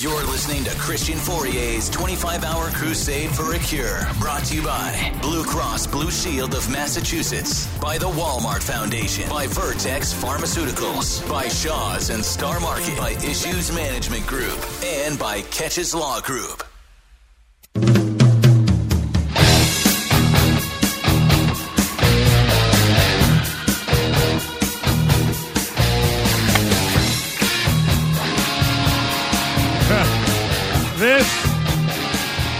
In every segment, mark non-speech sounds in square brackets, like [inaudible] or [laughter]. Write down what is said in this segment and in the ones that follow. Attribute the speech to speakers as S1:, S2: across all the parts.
S1: You're listening to Christian Fourier's 25 hour crusade for a cure. Brought to you by Blue Cross Blue Shield of Massachusetts, by the Walmart Foundation, by Vertex Pharmaceuticals, by Shaw's and Star Market, by Issues Management Group, and by Catches Law Group.
S2: This,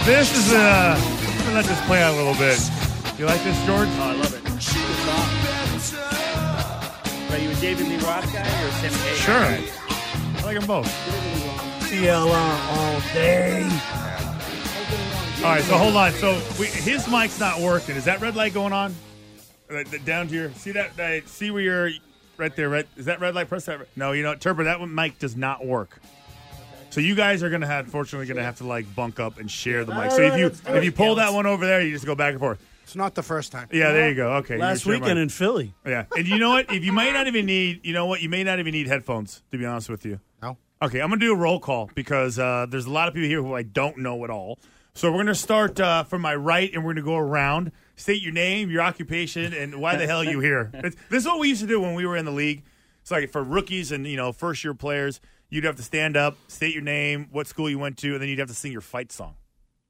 S2: this is a. I'm gonna let this play out a little bit. You like this, George?
S3: Oh, I love it. Are you a David Lee Roth guy or a Sam Hagar?
S2: Sure.
S3: guy?
S2: I like them both.
S4: CLR all day.
S2: All right, so hold on. So we, his mic's not working. Is that red light going on? Right, th- down to your see that uh, see where you're right there. Right, is that red light? Press that. No, you know, Turbo, that one mic does not work. So you guys are gonna have, unfortunately, gonna have to like bunk up and share the mic. So if you if you pull that one over there, you just go back and forth.
S5: It's not the first time.
S2: Yeah, there you go. Okay. you
S4: Last
S2: share mic.
S4: weekend in Philly.
S2: Yeah, and you know what? If you might not even need, you know what? You may not even need headphones. To be honest with you.
S5: No.
S2: Okay, I'm gonna do a roll call because uh, there's a lot of people here who I don't know at all. So we're gonna start uh, from my right, and we're gonna go around. State your name, your occupation, and why the hell you here. It's, this is what we used to do when we were in the league. It's like for rookies and you know first year players, you'd have to stand up, state your name, what school you went to, and then you'd have to sing your fight song.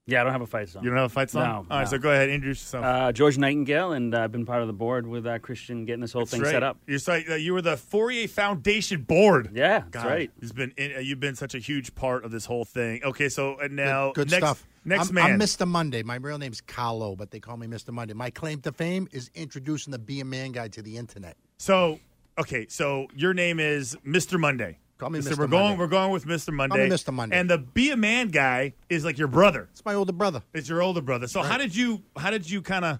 S3: Yeah, I don't have a fight song.
S2: You don't have a fight song.
S3: No,
S2: All right,
S3: no.
S2: so go ahead, introduce yourself.
S3: Uh, George Nightingale, and uh, I've been part of the board with uh, Christian getting this whole
S2: That's
S3: thing
S2: right.
S3: set up.
S2: You're so, uh, you were the Fourier Foundation board.
S3: Yeah, that's right.
S2: He's been in, uh, you've been such a huge part of this whole thing. Okay, so and now
S5: Good
S2: Oh, next,
S5: stuff.
S2: Next
S5: I'm,
S2: man.
S5: I'm Mr. Monday. My real name's Carlo, but they call me Mr. Monday. My claim to fame is introducing the Be a Man guy to the internet.
S2: so okay, so your name is Mr. Monday.
S5: Call me
S2: so
S5: Mr.
S2: We're
S5: Monday.
S2: going. We're going with Mr. Monday.
S5: Mr. Monday.
S2: And the be a man guy is like your brother.
S5: It's my older brother.
S2: It's your older brother. So how did you? How did you kind of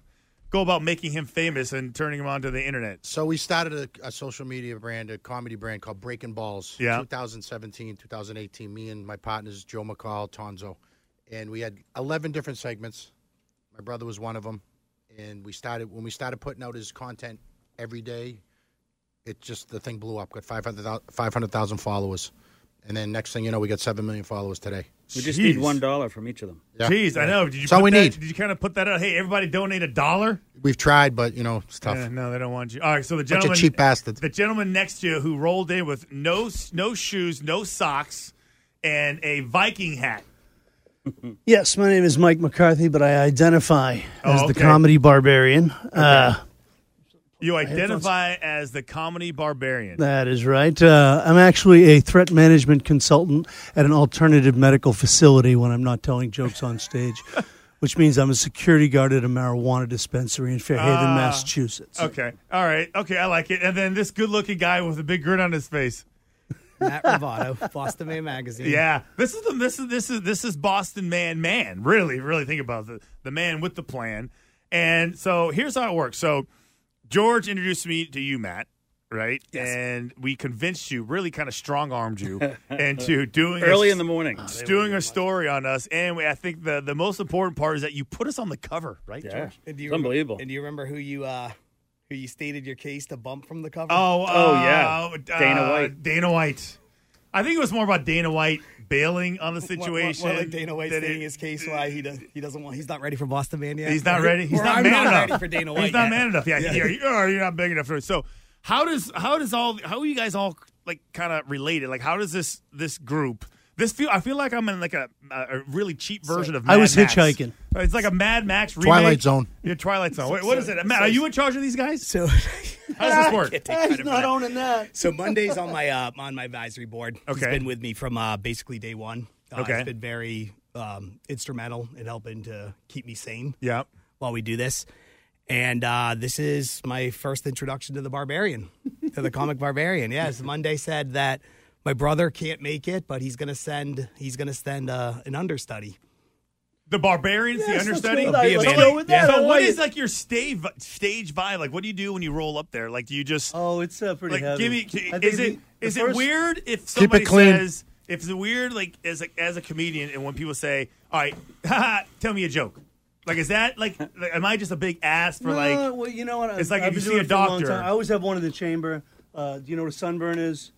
S2: go about making him famous and turning him onto the internet?
S5: So we started a, a social media brand, a comedy brand called Breaking Balls.
S2: Yeah.
S5: 2017, 2018. Me and my partners, Joe McCall, Tonzo. And we had 11 different segments. My brother was one of them. And we started, when we started putting out his content every day, it just, the thing blew up. Got 500,000 500,000 followers. And then next thing you know, we got 7 million followers today.
S3: We just need
S2: Jeez.
S3: one dollar from each of them.
S5: Yeah.
S2: Jeez, I know. Did you?
S5: That's all
S2: put
S5: we
S2: that-
S5: need.
S2: Did you kind of put that out? Hey, everybody, donate a dollar.
S5: We've tried, but, you know, it's tough.
S2: Yeah, no, they don't want you. All right, so the
S5: Bunch
S2: gentleman,
S5: of cheap bastards.
S2: the gentleman next to you who rolled in with no s- no shoes, no socks, and a Viking hat.
S4: Yes, my name is Mike McCarthy, but I identify
S2: Oh,
S4: as
S2: okay.
S4: the comedy barbarian. Uh,
S2: You identify as the comedy barbarian.
S4: that is right. Uh, I'm actually a threat management consultant at an alternative medical facility when I'm not telling jokes on
S2: [laughs]
S4: stage, which means I'm a security guard at a marijuana dispensary in Fairhaven,
S2: Ah,
S4: Massachusetts.
S2: Okay, all right, okay, I like it. And then this good-looking guy with a big grin on his face.
S6: Matt Rovato, Boston May Magazine.
S2: Yeah, this is the this is this is this is Boston man man. Really, really think about the the man with the plan. And so here's how it works. So George introduced me to you, Matt, right?
S3: Yes.
S2: And we convinced you, really kind of strong armed you
S3: [laughs]
S2: into doing
S3: Early
S2: a,
S3: in the morning.
S2: doing a story on us. And we, I think the the most important part is that you put us on the cover, right,
S3: Yeah.
S2: George?
S6: And do you
S3: It's unbelievable.
S6: And do you remember who you uh who you stated your case to bump from the cover?
S2: Oh,
S3: Oh,
S2: uh,
S3: yeah.
S2: uh,
S3: Dana White.
S2: Dana White. I think it was more about Dana White bailing on the
S6: [laughs] More- more- more
S2: situation.
S6: like Dana White
S2: than it-
S6: stating his case why he does he doesn't want he's not ready for Boston Man yet.
S2: He's not ready. He's
S6: Or
S2: not
S6: I'm
S2: man enough
S6: ready for Dana White.
S2: He's not
S6: yet.
S2: man enough. Yeah,
S6: Yeah.
S2: You're, you're, you're not big enough for it. So how does how does all how are you guys all like kind of related? Like how does this this group This feel I feel like I'm in like a, a really cheap version of. Mad
S4: I was
S2: Max.
S4: hitchhiking.
S2: It's like a Mad Max remake.
S5: Twilight Zone.
S2: Yeah, Twilight Zone.
S6: So-
S2: Wait, what is
S6: so-
S2: it? Matt,
S6: so-
S2: are you in charge of these guys?
S6: So [laughs]
S2: how does this work?
S6: Can't take credit for that.
S4: owning that.
S6: So Monday's on my uh, on my advisory board. He's
S2: Okay.
S6: been with me from uh, basically day one. Uh,
S2: Okay.
S6: He's been very um, instrumental in helping to keep me sane
S2: Yeah.
S6: while we do this. And uh, this is my first introduction to the Barbarian, to the comic Barbarian. Yes, Monday said that my brother can't make it, but he's gonna send he's gonna send uh, an understudy.
S2: The Barbarians, the
S4: Yes, that's
S2: understudy.
S4: what I-
S6: Be a
S2: so,
S6: man.
S2: wait,
S6: Go with that,
S2: so
S4: I
S2: what
S4: like
S2: is
S4: it.
S2: like your stage stage vibe? Like, what do you do when you roll up there? Like, do you just
S4: Oh, it's uh, pretty
S2: like
S4: heavy.
S2: give me?
S4: I think
S2: Is
S4: the-
S2: it
S4: the
S2: is it
S4: first-
S2: weird if
S5: Keep it
S2: somebody
S5: clean.
S2: says if it's weird like as a, as a comedian and when people say, "All right, [laughs] haha, tell me a joke," like is that like, like am I just a big ass for
S4: No,
S2: like?
S4: well, you know what?
S2: it's like
S4: I've
S2: if you
S4: been
S2: see
S4: doing
S2: a
S4: it for long
S2: doctor.
S4: time. I always have one in the chamber. Uh, do you know what a sunburn is?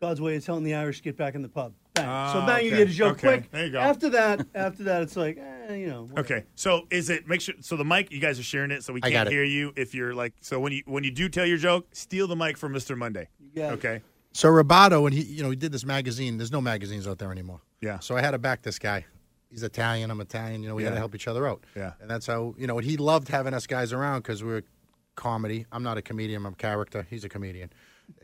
S4: God's way of telling the Irish to get back in the pub. Bang. so
S2: Ah,
S4: bang, you
S2: okay,
S4: get a joke
S2: okay.
S4: quick.
S2: There you go.
S4: After that, after that, it's like, eh, you
S2: [laughs]
S4: know. whatever.
S2: Okay, so is it make sure so the mic you guys are sharing it so we
S5: I got
S2: can't
S5: it.
S2: hear you if you're like so when you when you do tell your joke steal the mic from Mr. Monday.
S4: got it.
S2: okay,
S5: So Roboto, and he, you know, he did this magazine. There's no magazines out there anymore.
S2: Yeah.
S5: So I had to back this guy. He's Italian. I'm Italian. You know, we had
S2: Yeah.
S5: to help each other out.
S2: Yeah.
S5: And that's how you know. And he loved having us guys around because we were comedy. I'm not a comedian. I'm character. He's a comedian.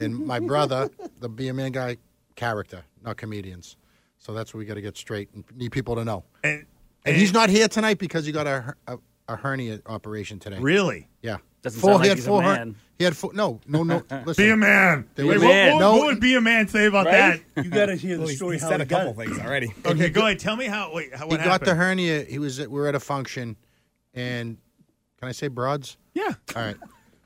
S5: And my
S2: [laughs]
S5: brother, the be a man guy, character, not comedians. So that's what we got to get straight and need people to know.
S2: and
S5: And he's not here tonight because he got a her- a, a hernia operation today.
S2: really
S5: Yeah.
S3: Doesn't
S5: Full-
S3: sound
S5: he
S3: like
S5: had
S3: he's a
S5: full her-
S3: man.
S5: he had full, no, no,
S3: [laughs]
S5: no. Listen,
S2: be a man.
S5: There
S2: Wait,
S5: was-
S2: what-
S3: Man.
S2: What,
S5: No.
S2: what would be a man say about
S3: Right?
S2: that?
S4: You got to hear the
S6: Well, he's-
S4: story
S6: he's
S4: how
S6: said
S4: he
S6: a couple
S4: got it.
S6: things already.
S2: Okay, go ahead. Tell me how. Wait, how,
S5: he
S2: what
S5: got
S2: happened?
S5: the hernia. He was at, we were at a function, and can I say broads?
S2: Yeah.
S5: All right.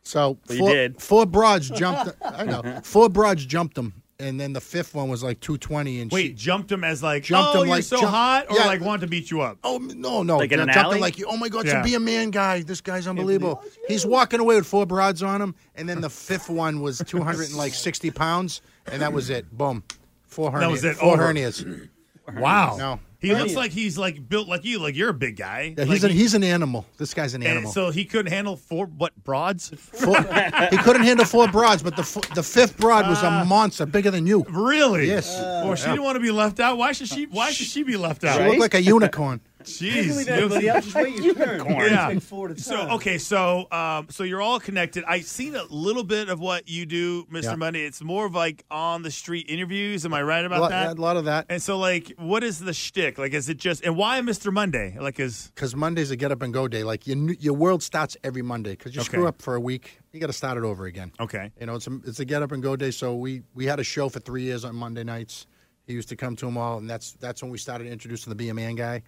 S5: So
S3: [laughs] Well, you
S5: four,
S3: did.
S5: four broads
S3: [laughs]
S5: jumped. I know four broads jumped him, and then the fifth one was like two twenty, and
S2: Wait,
S5: she.
S2: jumped him as like
S5: Jumped
S2: oh,
S5: him
S2: you're
S5: like
S2: so
S5: jump-
S2: hot or
S5: Yeah.
S2: like want to beat you up.
S5: Oh no no!
S3: Like in an
S5: Jumped him
S3: alley?
S5: Like oh my god!
S2: Yeah.
S5: To be a man, guy, this guy's unbelievable. He's walking away with four broads on him, and then the fifth one was two hundred and like sixty pounds, and that was it. Boom, four hernias.
S2: That was it.
S5: Four
S2: Over. [clears throat]
S5: hernias.
S2: Wow.
S5: No.
S2: He looks like he's like built like you. Like you're a big guy.
S5: Yeah, he's
S2: like
S5: an, he's an animal. This guy's an
S2: and
S5: animal.
S2: so he couldn't handle four what broads?
S5: Four,
S2: [laughs]
S5: he couldn't handle four broads, but the f- the fifth broad was a monster, bigger than you.
S2: Ah. Really?
S5: Yes.
S2: Or she didn't want to be left out. Why should she? Why should she be left out?
S5: She looked like a unicorn.
S2: [laughs] Jeez.
S4: Hey, buddy, I'll just wait your turn.
S2: Yeah.
S4: Take four at a
S2: So
S4: time.
S2: okay, so um, so you're all connected. I've seen a little bit of what you do, Mr.
S5: Yeah.
S2: Money. It's more of like on the street interviews. Am I right
S5: A
S2: about
S5: lot,
S2: that?
S5: a lot of that.
S2: And so, like, what is the shtick? Like, is it just and why Mr. Monday? Like, is
S5: Because Monday's a get up and go day. Like your new- your world starts every Monday. Because you
S2: Okay.
S5: screw up for a week, you got to start it over again.
S2: okay,
S5: You know, it's a, it's a get up and go day. So we we had a show for three years on Monday nights. He used to come to them all, and that's that's when we started introducing the Be a Man guy,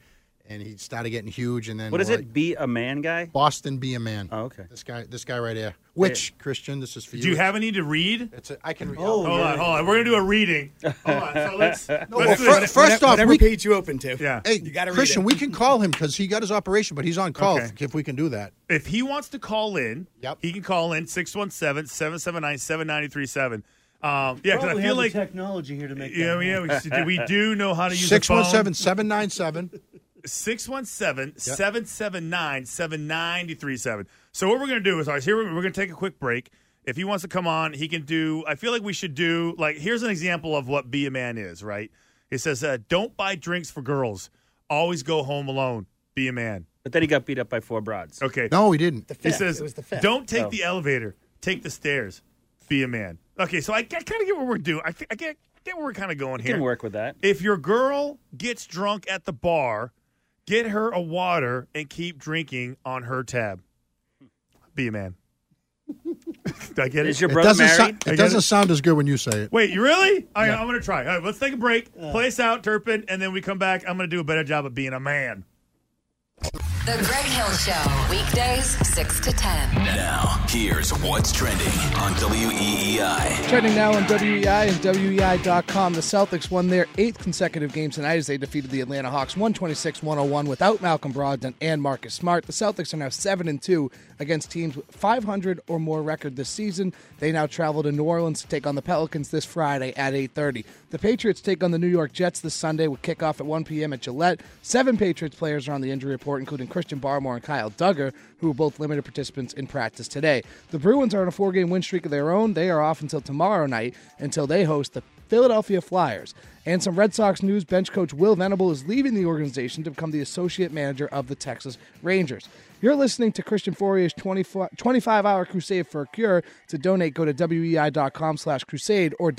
S5: and he started getting huge. And then
S3: What is
S5: we're like,
S3: it? Be a man guy?
S5: Boston Be a Man.
S3: Oh, okay.
S5: This guy, this guy right here. Which Christian? This is for you.
S2: do you have any to read?
S5: It's a, I can. read.
S4: Oh,
S2: Hold on, hold on. We're gonna do a
S5: [laughs]
S2: reading. Hold on. So let's.
S5: well,
S2: let's do
S5: fir-
S2: this.
S5: first off,
S6: whatever
S5: we-
S6: page you open to.
S2: yeah.
S5: Hey,
S6: You gotta read
S5: Christian,
S6: it.
S5: we can call him because he got his operation, but he's on call
S2: Okay.
S5: if- if we can do that.
S2: If he wants to call in,
S5: Yep.
S2: he can call in 617-779-7937. Um, yeah, because I
S4: Probably have
S2: feel
S4: the
S2: like
S4: technology here to make
S2: yeah,
S4: that
S2: yeah,
S4: happen.
S2: we, should-
S3: [laughs]
S2: we do know how to use a phone.
S5: 617 797.
S2: 617 779 7937. So, what we're going to do is, all right, so here we're, we're going to take a quick break. If he wants to come on, he can do, I feel like we should do, like, here's an example of what Be a Man is, right? It says, uh, don't buy drinks for girls. Always go home alone. Be a man.
S3: But then he got beat up by four broads.
S2: Okay.
S5: No, he didn't.
S6: The
S2: He
S6: fifth.
S2: says,
S6: it was the fifth.
S2: "Don't take
S3: Oh.
S2: the elevator. Take the stairs. Be a man." Okay, so I, kind of get where we're doing. I, thi- I get get where we're kind of going
S3: Can
S2: here.
S3: work with that.
S2: If your girl gets drunk at the bar, get her a water and keep drinking on her tab. Be a man. Did I get
S3: Is
S2: it?
S3: your
S5: It
S3: brother
S5: doesn't,
S3: married?
S5: sou-
S2: I
S5: it
S2: get
S5: doesn't
S2: it.
S5: sound as good when you say it.
S2: Wait, you really? I, I'm going to try. All right, let's take a break. Play us out, Turpin, and then we come back. I'm going to do a better job of being a man.
S7: The Greg Hill Show, weekdays 6 to 10.
S1: Now, here's what's trending on E WEEI.
S8: Trending now on WEI and E WEI.com. The Celtics won their eighth consecutive game tonight as they defeated the Atlanta Hawks 126 101 without Malcolm Brogdon and Marcus Smart. The Celtics are now 7 and 2 against teams with 500 or more record this season. They now travel to New Orleans to take on the Pelicans this Friday at 8.30. The Patriots take on the New York Jets this Sunday with kickoff at 1 p.m. at Gillette. Seven Patriots players are on the injury report, including Christian Barmore and Kyle Duggar, who were both limited participants in practice today. The Bruins are on a four game win streak of their own. They are off until tomorrow night until they host the Philadelphia Flyers. And some Red Sox news bench coach Will Venable is leaving the organization to become the associate manager of the Texas Rangers. You're listening to Christian Fourier's 25 hour crusade for a cure. To donate, go to E weicom slash crusade or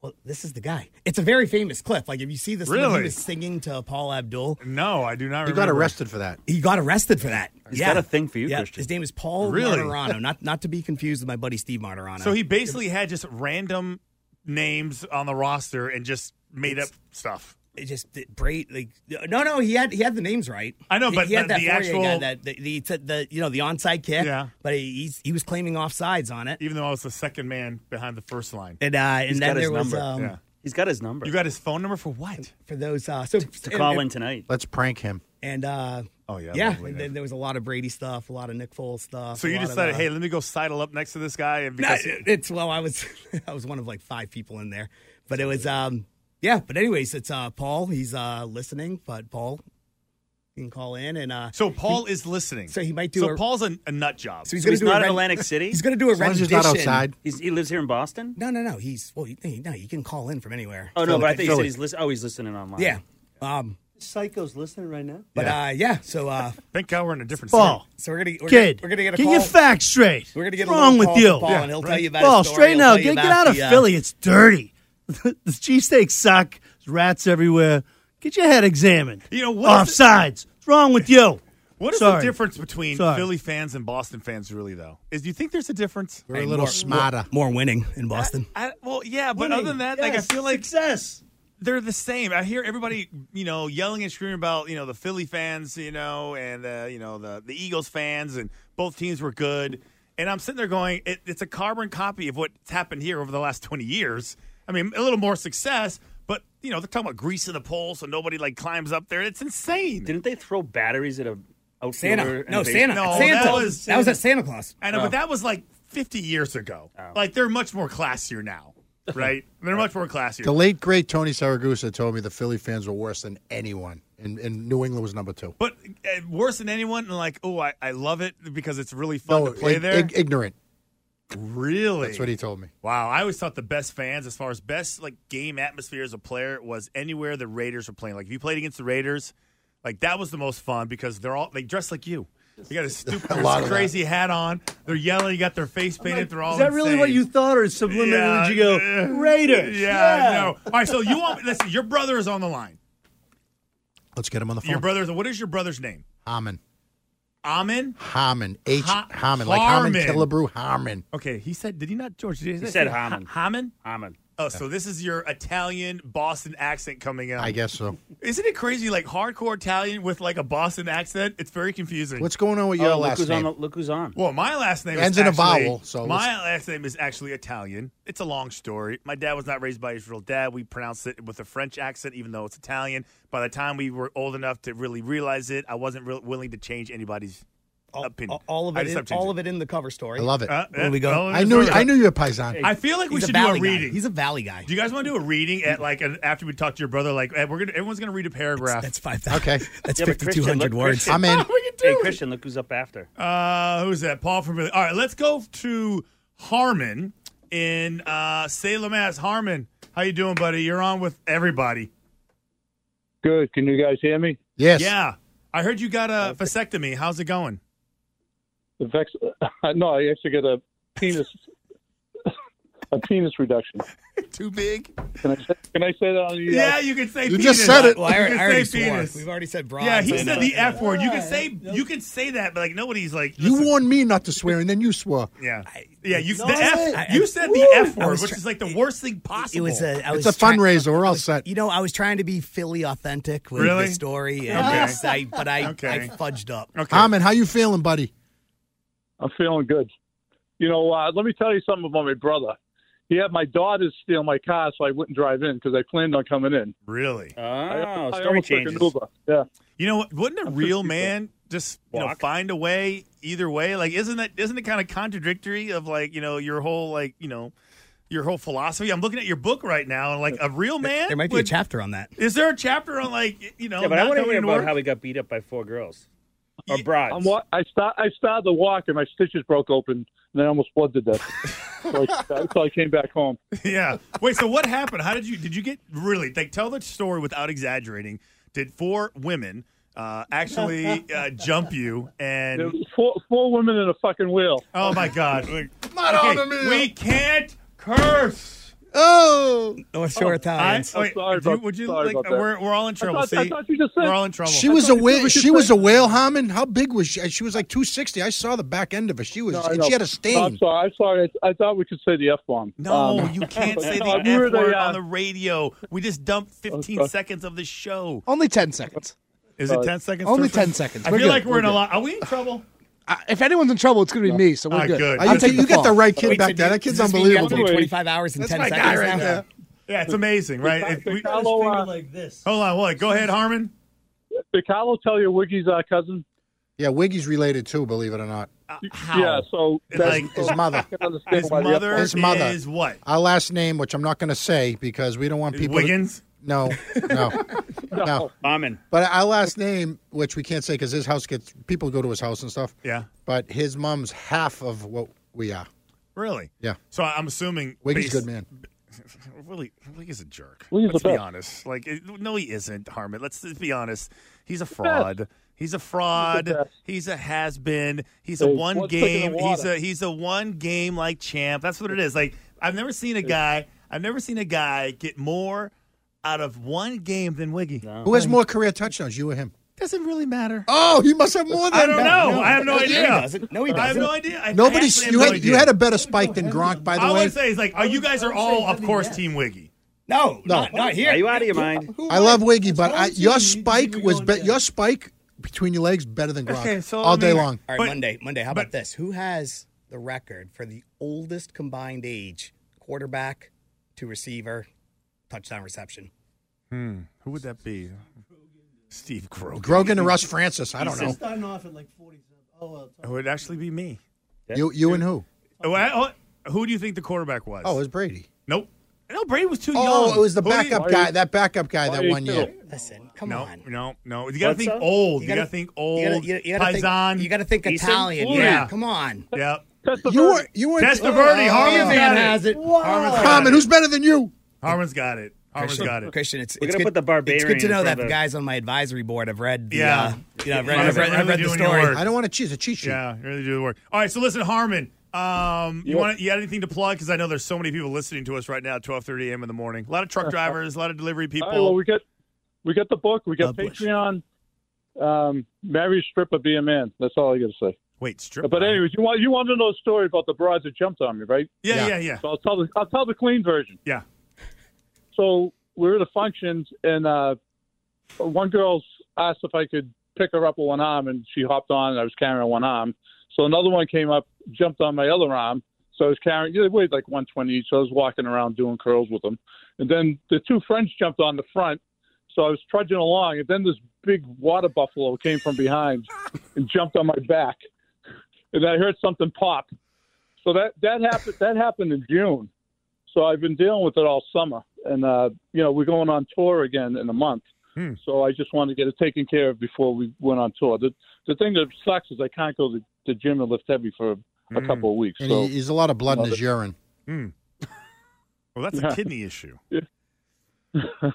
S6: well, this is the guy. It's a very famous clip. Like if you see this, when
S2: Really?
S6: he was singing to Paul Abdul.
S2: No, I do not.
S6: He got
S2: remember.
S6: arrested
S5: for that.
S6: He got arrested for that.
S3: He's
S6: yeah.
S3: got a thing for you,
S6: Yeah.
S3: Christian.
S6: His name is Paul
S3: Really?
S6: Martirano, not not to be confused with my buddy Steve Martirano.
S2: So he basically had just random names on the roster and just made up stuff.
S6: It just it, Brait, like no, no, he had he had the names right.
S2: I know,
S6: He-
S2: but
S6: he had
S2: the-
S6: that
S2: the
S6: Poirier
S2: actual-
S6: guy that the, the, the, you know the onside kick.
S2: Yeah.
S6: but he he's, he was claiming offsides on it,
S2: even though I was the second man behind the first line.
S6: and uh, and then there was um,
S3: He's got his number.
S2: You got his phone number for what?
S6: for those uh, so to
S3: tonight.
S5: Let's prank him.
S6: And uh,
S2: oh yeah,
S6: yeah.
S2: lovely.
S6: And then there was a lot of Brady stuff, a lot of Nick Foles stuff.
S2: So
S6: a
S2: you
S6: lot of,
S2: decided,
S6: uh,
S2: hey, let me go sidle up next to this guy, and
S6: No,
S2: because
S6: it's well, I was [laughs] I was one of like five people in there, but it was um yeah. But anyways, it's uh Paul. He's uh listening, but Paul you can call in and uh
S2: so Paul is listening.
S6: So he might do
S2: so
S6: a-
S2: Paul's a, a nut job.
S6: So he's gonna do a ren- He's gonna do a rendition.
S3: He's, he lives here in Boston.
S6: No, no, no. He's well, you, no, you can call in from anywhere.
S3: Oh no,
S6: Philly.
S3: but I think he said he's listening. Oh, he's listening online.
S6: yeah. Um,
S3: Psycho's listening right now.
S6: but uh, yeah. So uh,
S2: thank God we're in a different
S4: Paul,
S6: city. So we're gonna we're
S4: Kid,
S6: gonna, we're gonna get a
S4: get
S6: call.
S4: your facts straight.
S6: We're gonna get a
S4: What's wrong
S6: little
S4: with
S6: call
S4: you?
S6: from Paul, and he'll tell you about
S4: Paul,
S6: his story.
S4: straighten
S6: He'll
S4: out.
S6: tell you
S4: Get, get
S6: about
S4: out of
S6: the, uh,
S4: Philly. It's dirty. [laughs] the cheesesteaks suck. There's rats everywhere. Get your head examined.
S2: You know what-
S4: Offsides. What's wrong with you?
S2: [laughs] What is
S4: Sorry.
S2: the difference between
S4: Sorry.
S2: Philly fans and Boston fans, really, though? Is do you think there's a difference?
S6: Hey, more- More, more winning in Boston.
S2: I, well, yeah, but
S6: Winning.
S2: other than that, like I
S6: Yes.
S2: feel like
S4: success.
S2: They're the same. I hear everybody, you know, yelling and screaming about you know the Philly fans, you know, and uh, you know the the Eagles fans, and both teams were good. And I'm sitting there going, it, it's a carbon copy of what's happened here over the last 20 years. I mean, a little more success, but you know, they're talking about greasing the pole so nobody like climbs up there. It's insane.
S3: Didn't they throw batteries at a outfielder?
S6: Santa.
S3: and
S6: No,
S3: a base-
S6: Santa. Santa.
S2: that was
S6: that was at Santa Claus.
S2: I know, but
S6: Oh.
S2: that was like 50 years ago.
S4: Oh.
S2: Like they're much more
S4: [laughs]
S2: classier now, right? they're much more classier.
S5: The late great Tony Saragusa told me the Philly fans were worse than anyone, and, and New England was number two.
S2: But uh, worse than anyone, and like, oh, I, I love it because it's really fun to play
S5: ig-
S2: there.
S5: ig- ignorant.
S2: really?
S5: That's what he told me.
S2: Wow, I always thought the best fans, as far as best like game atmosphere as a player, was anywhere the Raiders were playing. Like if you played against the Raiders, like that was the most fun because they're all they dress like you.
S5: [laughs]
S2: They got a stupid,
S4: lot of that.
S2: crazy hat on. They're yelling. You got their face painted. they're all
S4: Is that really what
S2: insane.
S4: you thought, or subliminally
S2: Yeah,
S4: did you go
S2: yeah.
S4: Raiders?
S2: Yeah, no. All right, so you want listen? Your brother is on the line.
S5: Let's get him on the phone.
S2: Your brother's. What is your brother's name?
S5: Harmon.
S2: Amin.
S5: Harmon. H.
S2: Ha-
S5: Harmon. Like Harmon
S2: Harmon.
S5: Killebrew Harmon.
S2: Okay, he said. Did he not, George? Did
S5: He
S2: say-
S5: said
S2: Ha-
S5: Hammond.
S2: Hammond.
S3: Hammond.
S2: Oh, so this is your Italian Boston accent coming out.
S5: I guess so.
S2: Isn't it crazy? Like hardcore Italian with like a Boston accent. It's very confusing.
S5: What's going on with your
S3: Oh, look
S5: last
S3: who's on.
S5: name?
S3: the- Look who's on.
S2: Well, my last name
S5: Ends
S2: is
S5: in a
S2: actually-
S5: vowel, so
S2: my
S5: let's-
S2: last name is actually Italian. It's a long story. My dad was not raised by his real dad. We pronounced it with a French accent, even though it's Italian. By the time we were old enough to really realize it, I wasn't real willing to change anybody's opinion.
S6: All of
S2: I
S6: it.
S2: just
S6: In,
S2: stopped changing.
S6: all of it in the cover story.
S5: I love it.
S2: Uh,
S6: Where we go.
S2: uh,
S5: I knew. I knew you were Paisan.
S2: I feel like we
S6: He's a
S2: should do a
S6: Valley guy.
S2: reading.
S6: He's a Valley guy.
S2: Do you guys want to do a reading at like an, after we talk to your brother? Like eh, we're gonna everyone's gonna read a paragraph.
S6: That's five thousand.
S5: Okay.
S6: [laughs] That's
S3: Yeah, but Christian,
S6: 5,200
S3: look,
S6: words.
S2: [laughs]
S3: Christian.
S6: I'm in.
S3: Hey, Christian, look who's up after.
S2: Uh, who's that? Paul from All right, let's go to Harmon in uh, Salem, Mass. Harmon, how you doing, buddy? You're on with everybody.
S9: Good. Can you guys hear me?
S2: Yeah. I heard you got a vasectomy. How's it going?
S9: The vex. [laughs] no, I actually got a penis. a penis reduction.
S2: Too big.
S9: Can I say, can I say that on the? uh,
S2: Yeah, you can say. penis.
S6: Well, I,
S2: You
S6: already-
S2: can
S6: I already
S2: say
S6: swore.
S2: penis.
S6: We've already said bronze.
S2: Yeah, he
S6: and,
S2: said
S6: uh,
S2: the f word. You can say you can say that, but like nobody's like
S5: You warned me not to swear, and then you swore.
S2: yeah yeah. You
S5: No,
S2: the
S5: I-
S2: f
S5: I-
S2: you said the
S5: Woo!
S2: f
S5: I
S2: word,
S5: was
S2: which
S5: try-
S2: is like the worst thing possible.
S6: It was a. I
S5: It's
S6: was
S5: a
S6: try-
S5: fundraiser. We're all set.
S6: You know, I was trying to be Philly authentic with
S5: Really?
S6: the story, and
S5: Okay.
S6: yes, I, but I, I fudged up.
S5: Harmon, how you feeling, buddy?
S9: I'm feeling good. You know, uh, let me tell you something about my brother. He had my daughters steal my car, so I wouldn't drive in because I planned on coming in.
S2: Really? Oh,
S9: I- I almost took an Uber. Yeah.
S2: You know what? Wouldn't a real man just you know,
S9: Walk.
S2: find a way either way? Like, isn't that isn't it kind of contradictory of like you know your whole like you know your whole philosophy? I'm looking at your book right now, and like a real man.
S6: There might be
S2: would-
S6: a chapter on that.
S2: Is there a chapter on like y- you know?
S3: yeah, but I
S2: not
S3: want to
S2: knowing
S3: hear
S2: your
S3: about
S2: work?
S3: how he got beat up by four girls.
S2: Or
S3: broads.
S9: I'm, wa- I start. I started to walk, and my stitches broke open, and then I almost bled to
S2: [laughs]
S9: death. so, I, so I came back home.
S2: yeah. Wait. So what happened? How did you did you get really like tell the story without exaggerating? Did four women uh, actually uh, jump you and
S9: four four women in a fucking wheel?
S2: Oh my god!
S9: Not
S2: okay,
S9: on the meal.
S2: We can't curse.
S6: Oh, North Shore
S2: Oh,
S6: Italians.
S2: I- wait, do you- would you like? We're, we're all in trouble. See, we're all in trouble.
S5: She was a whale. She was a whale Harmon. How big was she? She was like two sixty. I saw the back end of her. She was.
S9: No, I
S5: and
S9: know.
S5: she had a
S9: No,
S5: stain.
S9: I'm sorry. I'm sorry. I, I thought we could say the f bomb. Um,
S2: No, you can't say the
S9: [laughs] I
S2: F
S9: remember
S2: word
S9: they, uh,
S2: on the radio. We just dumped 15 seconds of the show.
S8: Only 10 seconds.
S2: Is it 10 seconds?
S8: Only
S2: Turfman?
S8: 10 seconds.
S2: I
S8: We're
S2: feel
S8: good.
S2: like we're, in a
S8: good.
S2: lot. Are we in trouble?
S8: I- if anyone's in trouble, it's going to be me, so we're
S2: Ah,
S8: good.
S2: good.
S8: I'll
S2: You-
S8: take
S2: you
S8: the
S2: got the
S8: fall.
S2: right kid Wait, back
S6: so there. Does this mean you have to do 25 hours in
S2: That's
S6: 10
S2: my guy
S6: seconds
S2: right
S6: now?
S2: there. Yeah, it's amazing, right? If we-
S6: like this.
S2: Hold on, what? Go ahead, Harmon.
S9: Did Carlo tell you Wiggy's uh, cousin?
S5: Yeah, Wiggy's related too. Believe it or not.
S2: How?
S9: Yeah. So that's-
S5: His- his mother.
S9: I can understand
S2: Uh, His
S9: why the F
S2: mother
S9: bomb-
S5: His mother
S2: is what?
S5: Our last name, which I'm not going to say because we don't want people. to-
S2: Wiggins? [laughs]
S5: no, no, no.
S3: Amen.
S5: But our last name, which we can't say because his house gets people go to his house and stuff.
S2: Yeah.
S5: But his mom's half of what we are.
S2: Really?
S5: Yeah.
S2: So I'm assuming
S5: Wiggy's a
S2: based-
S5: good man.
S2: Willie, Willie's a jerk.
S5: Willie's
S2: Let's
S5: the
S2: be
S5: best.
S2: honest. Like, it- no, he isn't, Harmon. Let's just be honest. He's a fraud. He's a fraud.
S9: best.
S2: He's a has been. He's a
S9: Hey,
S2: one
S9: one stick in the
S2: game. He's
S9: water.
S2: a he's a one game like champ. That's what it is. Like I've never seen a guy. I've never seen a guy get more out of one game than Wiggy.
S5: Who has more career touchdowns, you or him?
S2: Doesn't really matter.
S5: Oh, he must have more than
S2: I don't know. I have no
S5: No, he
S2: idea.
S5: doesn't.
S2: No, he I have no idea. I
S5: Nobody.
S2: actually have
S5: You
S2: no
S5: had you
S2: idea.
S5: had a better spike than Gronk, by the
S2: All I
S5: way.
S2: would say is like, oh, you guys are all, of course, Team Wiggy.
S6: No,
S5: No.
S6: Not, not here.
S3: Are you out of your mind?
S5: I love Wiggy, but I, your spike was be, your spike between your legs better than Gronk all day long.
S6: All right, Monday. Monday. How about this? Who has the record for the oldest combined age quarterback to receiver touchdown reception?
S2: Hmm. Who would that be? Steve Grogan.
S5: Grogan and Russ Francis. I don't know.
S10: Starting off at like 40 Oh, well,
S2: It would actually be me.
S5: You you and who?
S2: Oh, I- oh, Who do you think the quarterback was?
S5: Oh, it was Brady.
S2: Nope. No, Brady was too young.
S5: Oh, it was the
S2: Who do you-
S5: backup guy. That backup guy
S2: Why
S5: that
S2: you
S5: one year.
S2: kidding?
S6: Listen, come
S2: no,
S6: on.
S2: No, no. You got to
S6: What's
S2: think
S6: up?
S2: old.
S6: You
S2: You
S6: gotta-
S2: got to think
S6: you
S2: old.
S6: gotta- you- you gotta think-
S2: Paisan.
S6: you gotta think
S2: Eason?
S6: Italian, yeah, come on.
S2: Yep.
S5: You were you were
S6: Oh,
S2: Testaverde. Harmon's got it. Harmon's got
S5: Harmon,
S2: it.
S5: who's better than you?
S2: Harmon's got it. Harmon's got it.
S6: Christian, it's,
S2: We're
S6: it's
S2: gonna
S6: good,
S2: put the
S6: It's good to
S2: barbarian
S6: know
S2: for
S6: that
S2: the-
S6: the guys on my advisory board have read. The,
S2: Yeah.
S6: uh, you know, I've read,
S2: Yeah,
S6: I've read,
S2: really
S6: I've read the
S2: doing your
S6: story.
S2: work.
S5: I don't want to cheat. It's a cheat sheet.
S2: Yeah, really do the work. All right, so listen, Harmon. Um, you want you got anything to plug? Because I know there's so many people listening to us right now, at 12:30 a.m. in the morning. A lot of truck drivers, a lot of delivery people.
S9: All right, well, we got we got the book. We got Patreon. Um, marry a stripper, be a man. That's all I got to say.
S2: Wait, stripper.
S9: But anyways, you want you want to know a story about the broads that jumped on me, right?
S2: Yeah, yeah, yeah.
S9: So I'll tell the I'll tell the clean version.
S2: Yeah.
S9: So we were at a function, and uh, one girl asked if I could pick her up with one arm, and she hopped on, and I was carrying one arm. So another one came up, jumped on my other arm. So I was carrying, they weighed like 120 each. So I was walking around doing curls with them. And then the two friends jumped on the front. So I was trudging along. And then this big water buffalo came from behind and jumped on my back. And I heard something pop. So that, that happened, that happened in June. So I've been dealing with it all summer. And, uh, you know, we're going on tour again in a month. So I just wanted to get it taken care of before we went on tour. The, the thing that sucks is I can't go to the gym and lift heavy for a couple of weeks.
S5: Hmm. And
S9: so
S5: he, he's a lot of blood in his urine.
S2: Hmm. Well, that's a
S9: Yeah.
S2: kidney issue.
S9: [laughs] Yeah.
S2: [laughs]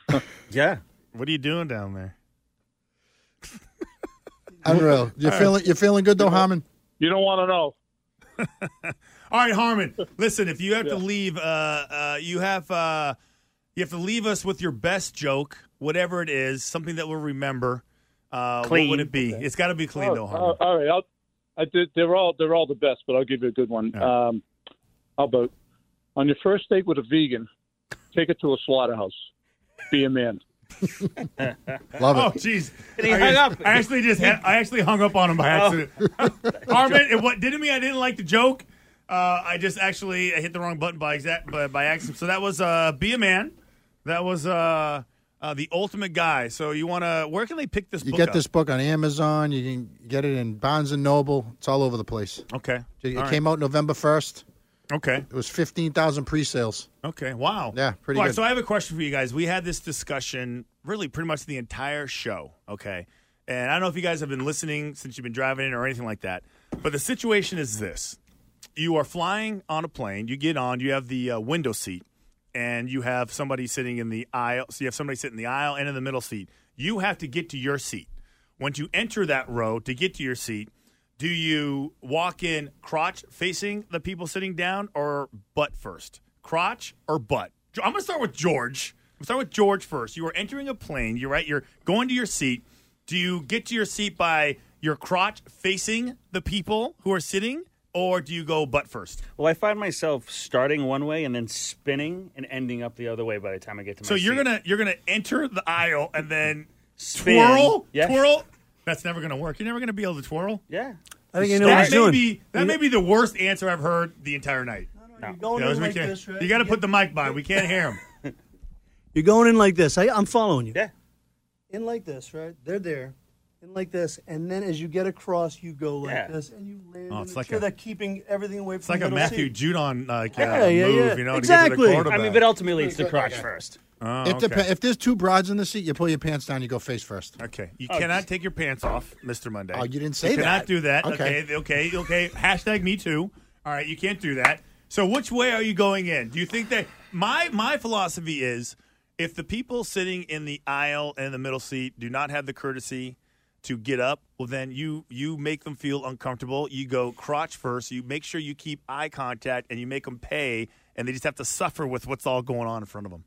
S2: yeah. What are you doing down there?
S5: Unreal. You're
S2: All right.
S5: feeling you're feeling good though, Harmon.
S9: You don't want to know.
S2: [laughs] All right, Harmon. Listen, if you have to leave, uh, uh, you have uh, you have to leave us with your best joke, whatever it is, something that we'll remember. Uh,
S9: Clean.
S2: What would it be? It's got to be clean,
S9: Oh,
S2: though,
S9: oh,
S2: Harmon.
S9: all right. I'll, I did, they're all they're all the best, but I'll give you a good one. Um, how about on your first date with a vegan, take it to a slaughterhouse. Be a man.
S5: Love
S2: Oh, jeez.
S3: And he
S2: I,
S3: hung up. Oh.
S2: I actually just
S3: [laughs]
S2: had, I actually hung up on him by accident.
S4: Oh.
S2: Harmon, it what didn't mean I didn't like the joke. Uh, I just actually I hit the wrong button by exact by, by accident. So that was uh, be a man. That was uh, uh, the ultimate guy. So you want to? Where can they pick this?
S5: You
S2: book
S5: get
S2: up?
S5: this book on Amazon. You can get it in Barnes and Noble. It's all over the place.
S2: Okay.
S5: It
S2: All right.
S5: came out November first.
S2: Okay.
S5: It was 15,000 pre-sales.
S2: Okay. Wow.
S5: Yeah, pretty
S2: All right,
S5: good.
S2: So I have a question for you guys. We had this discussion really pretty much the entire show, okay? And I don't know if you guys have been listening since you've been driving in or anything like that, but the situation is this you are flying on a plane, you get on, you have the uh, window seat, and you have somebody sitting in the aisle. So you have somebody sitting in the aisle and in the middle seat. You have to get to your seat. Once you enter that row to get to your seat, do you walk in crotch facing the people sitting down or butt first? Crotch or butt? Jo- I'm going to start with George. I'm start with George first. You are entering a plane. You're right. You're going to your seat. Do you get to your seat by your crotch facing the people who are sitting, or do you go butt first?
S3: Well, I find myself starting one way and then spinning and ending up the other way by the time I get to my
S2: So you're
S3: seat.
S2: gonna you're gonna enter the aisle and then
S3: Spin.
S2: twirl,
S3: Yeah.
S2: twirl. That's never gonna work. You're never gonna be able to twirl.
S3: Yeah,
S4: I think I know what
S2: that
S4: he's
S2: may
S4: doing.
S2: be that
S4: You-
S2: may be the worst answer I've heard the entire night. No,
S4: going in like
S2: this, right? You got to put the mic by. We can't hear him.
S4: You're going in like this. I, I'm following you.
S3: Yeah.
S4: In like this, right? They're there. In like this, and then as you get across, you go like
S2: Yeah.
S4: this, and you land.
S2: Oh,
S4: in
S2: it's
S4: the
S2: like
S4: chair.
S2: a-
S4: that keeping everything away from.
S2: It's like
S4: the
S2: a
S4: middle
S2: Matthew
S4: seat.
S2: Judon like uh,
S4: Yeah, yeah,
S2: move,
S4: yeah.
S2: you know, to get
S4: Exactly. I
S2: to the
S4: mean,
S2: quarterback.
S3: I mean, but ultimately it's the crotch first.
S2: Oh,
S5: if,
S2: okay.
S5: the, if there's two broads in the seat, you pull your pants down, you go face first.
S2: Okay. You cannot take your pants off, Mr. Monday.
S5: Oh, you didn't say
S2: you cannot
S5: that.
S2: do that.
S5: Okay.
S2: Okay. okay, okay, Hashtag me too. All right, you can't do that. So which way are you going in? Do you think that my my philosophy is if the people sitting in the aisle and the middle seat do not have the courtesy to get up, well then you you make them feel uncomfortable. You go crotch first. You make sure you keep eye contact and you make them pay and they just have to suffer with what's all going on in front of them.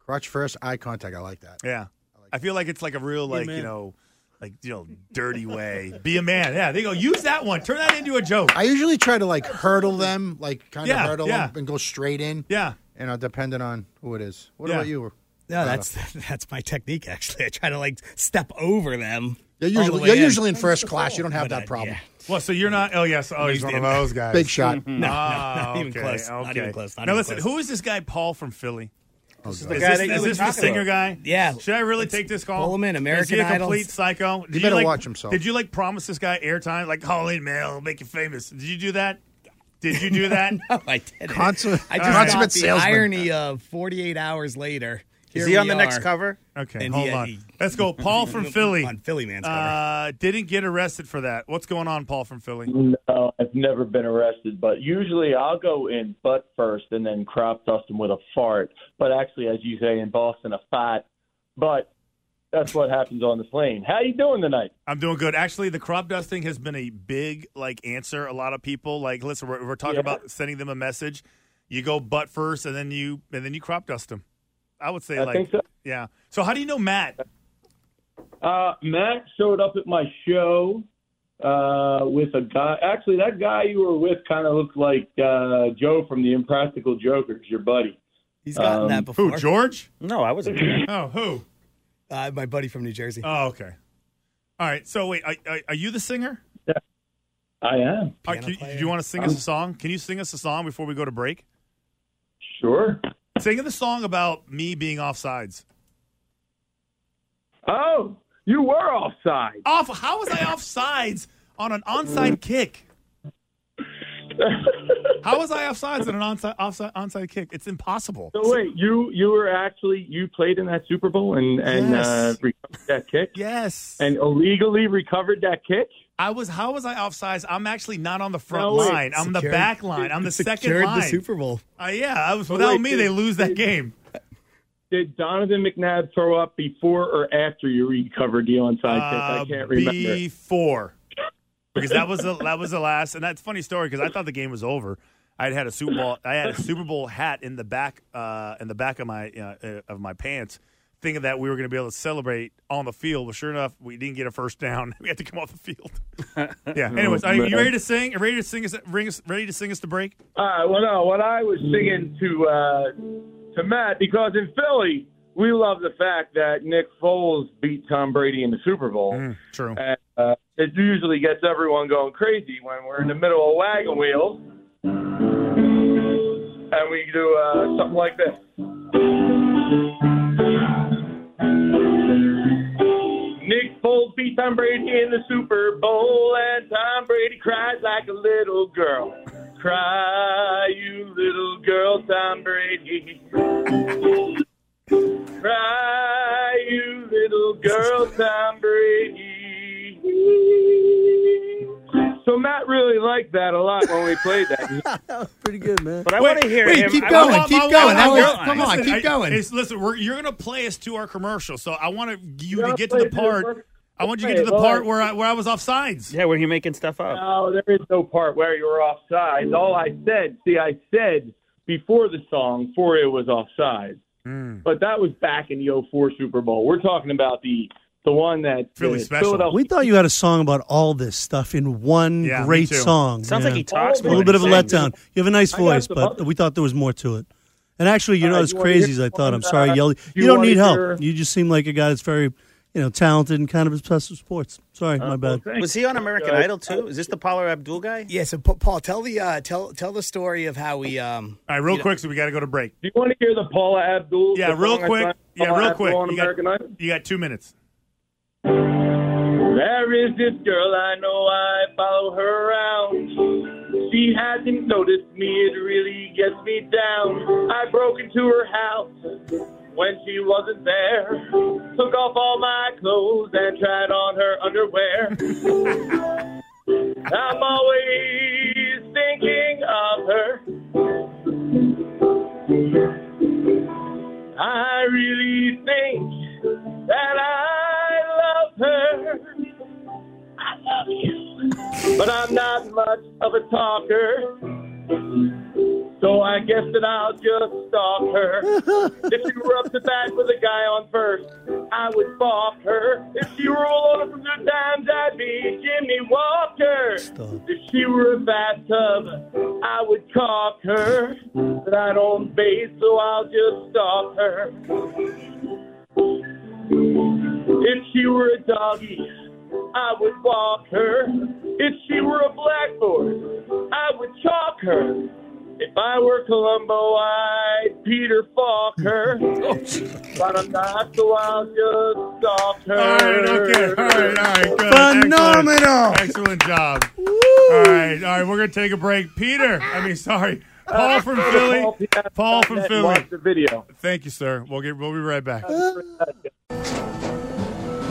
S5: Crotch first, eye contact. I like that.
S2: Yeah. I feel like it's like a real
S5: Be a
S2: like, you
S5: man.
S2: know, like you know, dirty way. Be a man. Yeah, they go use that one. Turn that into a joke.
S5: I usually try to like hurdle them, like kind
S2: Yeah,
S5: of hurdle
S2: yeah.
S5: them and go straight in.
S2: Yeah.
S5: You know, depending on who it is. What
S6: Yeah.
S5: about you?
S6: No, that's that's my technique. Actually, I try to like step over them.
S5: You're
S6: all the
S5: usually
S6: way
S5: you're
S6: in.
S5: usually in first class. You don't have
S6: But, uh,
S5: that problem.
S2: Well, so you're not. Oh yes. Oh, he's
S5: Used
S2: one
S5: it.
S6: [laughs]
S2: of those guys.
S5: Big shot.
S2: [laughs] Oh,
S5: No, no, not
S6: even
S2: okay,
S6: close, not even
S2: okay.
S6: close, not
S2: now
S6: even
S2: listen.
S6: close.
S2: Who is this guy? Paul from Philly.
S6: This
S5: Oh,
S2: is
S6: the
S2: this,
S6: guy that you
S2: is
S6: were
S2: this the
S6: talking
S2: singer
S6: about.
S2: guy?
S6: Yeah.
S2: Should I really
S6: Let's
S2: take this call?
S6: pull him in,
S2: is he
S6: American
S2: a
S6: Idol.
S2: complete psycho?
S6: He better
S2: like,
S6: watch himself.
S2: Did you like promise this guy airtime? Like call in, man, I'll make you famous. Did you do that? Did you do that?
S6: [laughs] no, I didn't.
S2: Consummate-
S6: I
S2: All
S6: just
S2: right.
S6: got
S2: Consummate
S6: the
S2: salesman.
S6: irony of 48 hours later.
S2: Is
S6: here
S2: he on
S6: we
S2: the next
S6: are.
S2: cover? Okay,
S6: And
S2: hold
S6: he- uh,
S2: on.
S6: [laughs] he-
S2: Let's go. Paul from Philly.
S6: on Philly Man's cover.
S2: Uh, didn't get arrested for that. What's going on, Paul from Philly?
S11: No, I've never been arrested, but usually I'll go in butt first and then crop dust them with a fart. But actually, as you say in Boston, a fat. But that's what happens on the plane. How you doing tonight?
S2: I'm doing good. Actually, the crop dusting has been a big like answer. A lot of people like listen. We're, we're talking
S11: Yeah.
S2: about sending them a message. You go butt first, and then you and then you crop dust them. I would say
S11: I
S2: like
S11: think so.
S2: yeah. So how do you know Matt?
S11: Uh, Matt showed up at my show uh, with a guy. Actually, that guy you were with kind of looked like uh, Joe from the Impractical Jokers, your buddy.
S6: He's gotten
S11: Um,
S6: that before.
S2: George?
S3: No, I wasn't.
S2: oh, who?
S6: Uh, my buddy from New Jersey.
S2: Oh, okay. All right. So wait, are, are, are you the singer?
S11: [laughs] I am.
S2: All right, can you- do you want to sing us a song? Can you sing us a song before we go to break?
S11: Sure.
S2: Sing the song about me being offsides.
S11: Oh, you were offside.
S2: Off? How was I offsides on an
S11: [laughs]
S2: onside kick? How was I offsides on an onside offside onside kick? It's impossible.
S11: So wait, you you were actually you played in that Super Bowl and and uh,
S2: Yes.
S11: recovered that kick.
S2: Yes.
S11: And illegally recovered that kick.
S2: I was. How was I offsides? I'm actually not on the front
S11: No, wait.
S2: line. I'm the
S11: Secured-
S2: back line.
S6: [laughs]
S2: I'm the second
S11: secured the
S2: line.
S11: Super
S6: Bowl.
S2: Uh, yeah, I was.
S11: But
S2: Without
S11: wait,
S2: me,
S11: did-
S2: they lose that
S11: did-
S2: game.
S11: Did Donovan McNabb throw up before or after you recovered the onside
S2: Uh,
S11: kick? I can't remember.
S2: Before, because that was the, that was the last, and that's a funny story because I thought the game was over. I had a Super Bowl. I had a Super Bowl hat in the back uh, in the back of my uh, uh, of my pants, thinking that we were going to be able to celebrate on the field. But sure enough, we didn't get a first down. [laughs] We had to come off the field. [laughs] yeah. Anyways, are you ready to sing? Ready to sing us? Ring us? Ready to sing us the break?
S11: All right. Uh, Well, no. What I was singing to uh, to Matt because in Philly we love the fact that Nick Foles beat Tom Brady in the Super Bowl.
S2: Mm, true.
S11: And, uh, it usually gets everyone going crazy when we're in the middle of wagon wheels and we do uh, something like this. Nick Foles beat Tom Brady in the Super Bowl, and Tom Brady cried like a little girl. Cry Cry, you little girl, Tom Brady. Cry, you little girl, Tom Brady. So Matt really liked that a lot when we played [laughs] that. that was pretty good, man.
S3: But I want to hear him. I want my- I want my girl-
S2: Listen, I- it's- listen, we're, you're going to play us to our commercial, so I want you to
S11: I'll
S2: get to
S11: play
S2: the
S11: it to the
S2: part.
S11: first-
S2: I want you to
S11: I'll
S2: get to
S11: play
S2: the
S11: it
S2: part
S11: live.
S2: where I, where I was offsides.
S3: Yeah, where you making stuff up?
S11: No, there is no part where you were offside. All I said, see, I said before the song, Fourier was offside.
S2: Mm.
S11: But that was back in the 04 Super Bowl. We're talking about the the one that the Philadelphia
S4: We thought you had a song about all this stuff in one
S11: Yeah, me
S4: great
S11: too.
S4: song.
S11: Sounds like he talks
S4: A
S11: more
S4: little bit
S11: than
S4: of a
S11: he sings.
S4: letdown. You have a nice
S11: I got
S4: voice,
S11: some
S4: but
S11: other-
S4: we thought there was more to it. And actually, you're
S11: All
S4: not
S11: right,
S4: as
S11: you wanna
S4: crazy as
S11: hear
S4: I thought. I'm
S11: some,
S4: sorry,
S11: uh,
S4: Yelly.
S11: you
S4: You don't
S11: wanna
S4: need
S11: hear-
S4: help. You just seem like a guy that's very, you know, talented and kind of obsessed with sports. Sorry,
S11: Uh,
S4: my bad.
S3: Was he on American
S6: Uh,
S3: Idol too? Is this the Paula Abdul guy?
S6: Yeah. So Pa- Paul, tell the uh, tell tell the story of how we. Um,
S2: All right, real quick, so we got to go to break.
S11: Do you want to hear the Paula Abdul?
S2: Yeah,
S11: the
S2: real
S11: song I
S2: quick.
S11: signed,
S2: Yeah,
S11: Paula
S2: real
S11: Abdul
S2: quick.
S11: on
S2: You got,
S11: American Idol?
S2: you got two minutes.
S11: There is this girl I know, I follow her around. She hasn't noticed me, it really gets me down. I broke into her house when she wasn't there. Took off all my clothes and tried on her
S2: [laughs]
S11: underwear. I'm always thinking of her. I really think that I love her. I love you. But I'm not much of a talker, so I guess that I'll just stalk her. if she were up to bat with a guy on first, I would balk her. If she were all over from the times, I'd be Jimmy Walker. If she were a bathtub, I would caulk her. But I don't bathe, so I'll just stalk her. If she were a doggy, I would walk her. If she were a blackboard, I would chalk her. If I were Columbo, I'd Peter Falk
S2: [laughs]
S11: her. but I'm not, so I'll just stalk her.
S2: Oh, All right, okay. All right, all right. Good.
S11: Phenomenal.
S2: Excellent, Excellent job. All right, all right. We're going to take a break. Peter, I mean, sorry.
S11: [laughs]
S2: Paul from Philly. Paul from Philly.
S11: Watch the video.
S2: Thank you, sir. We'll get. We'll be right back.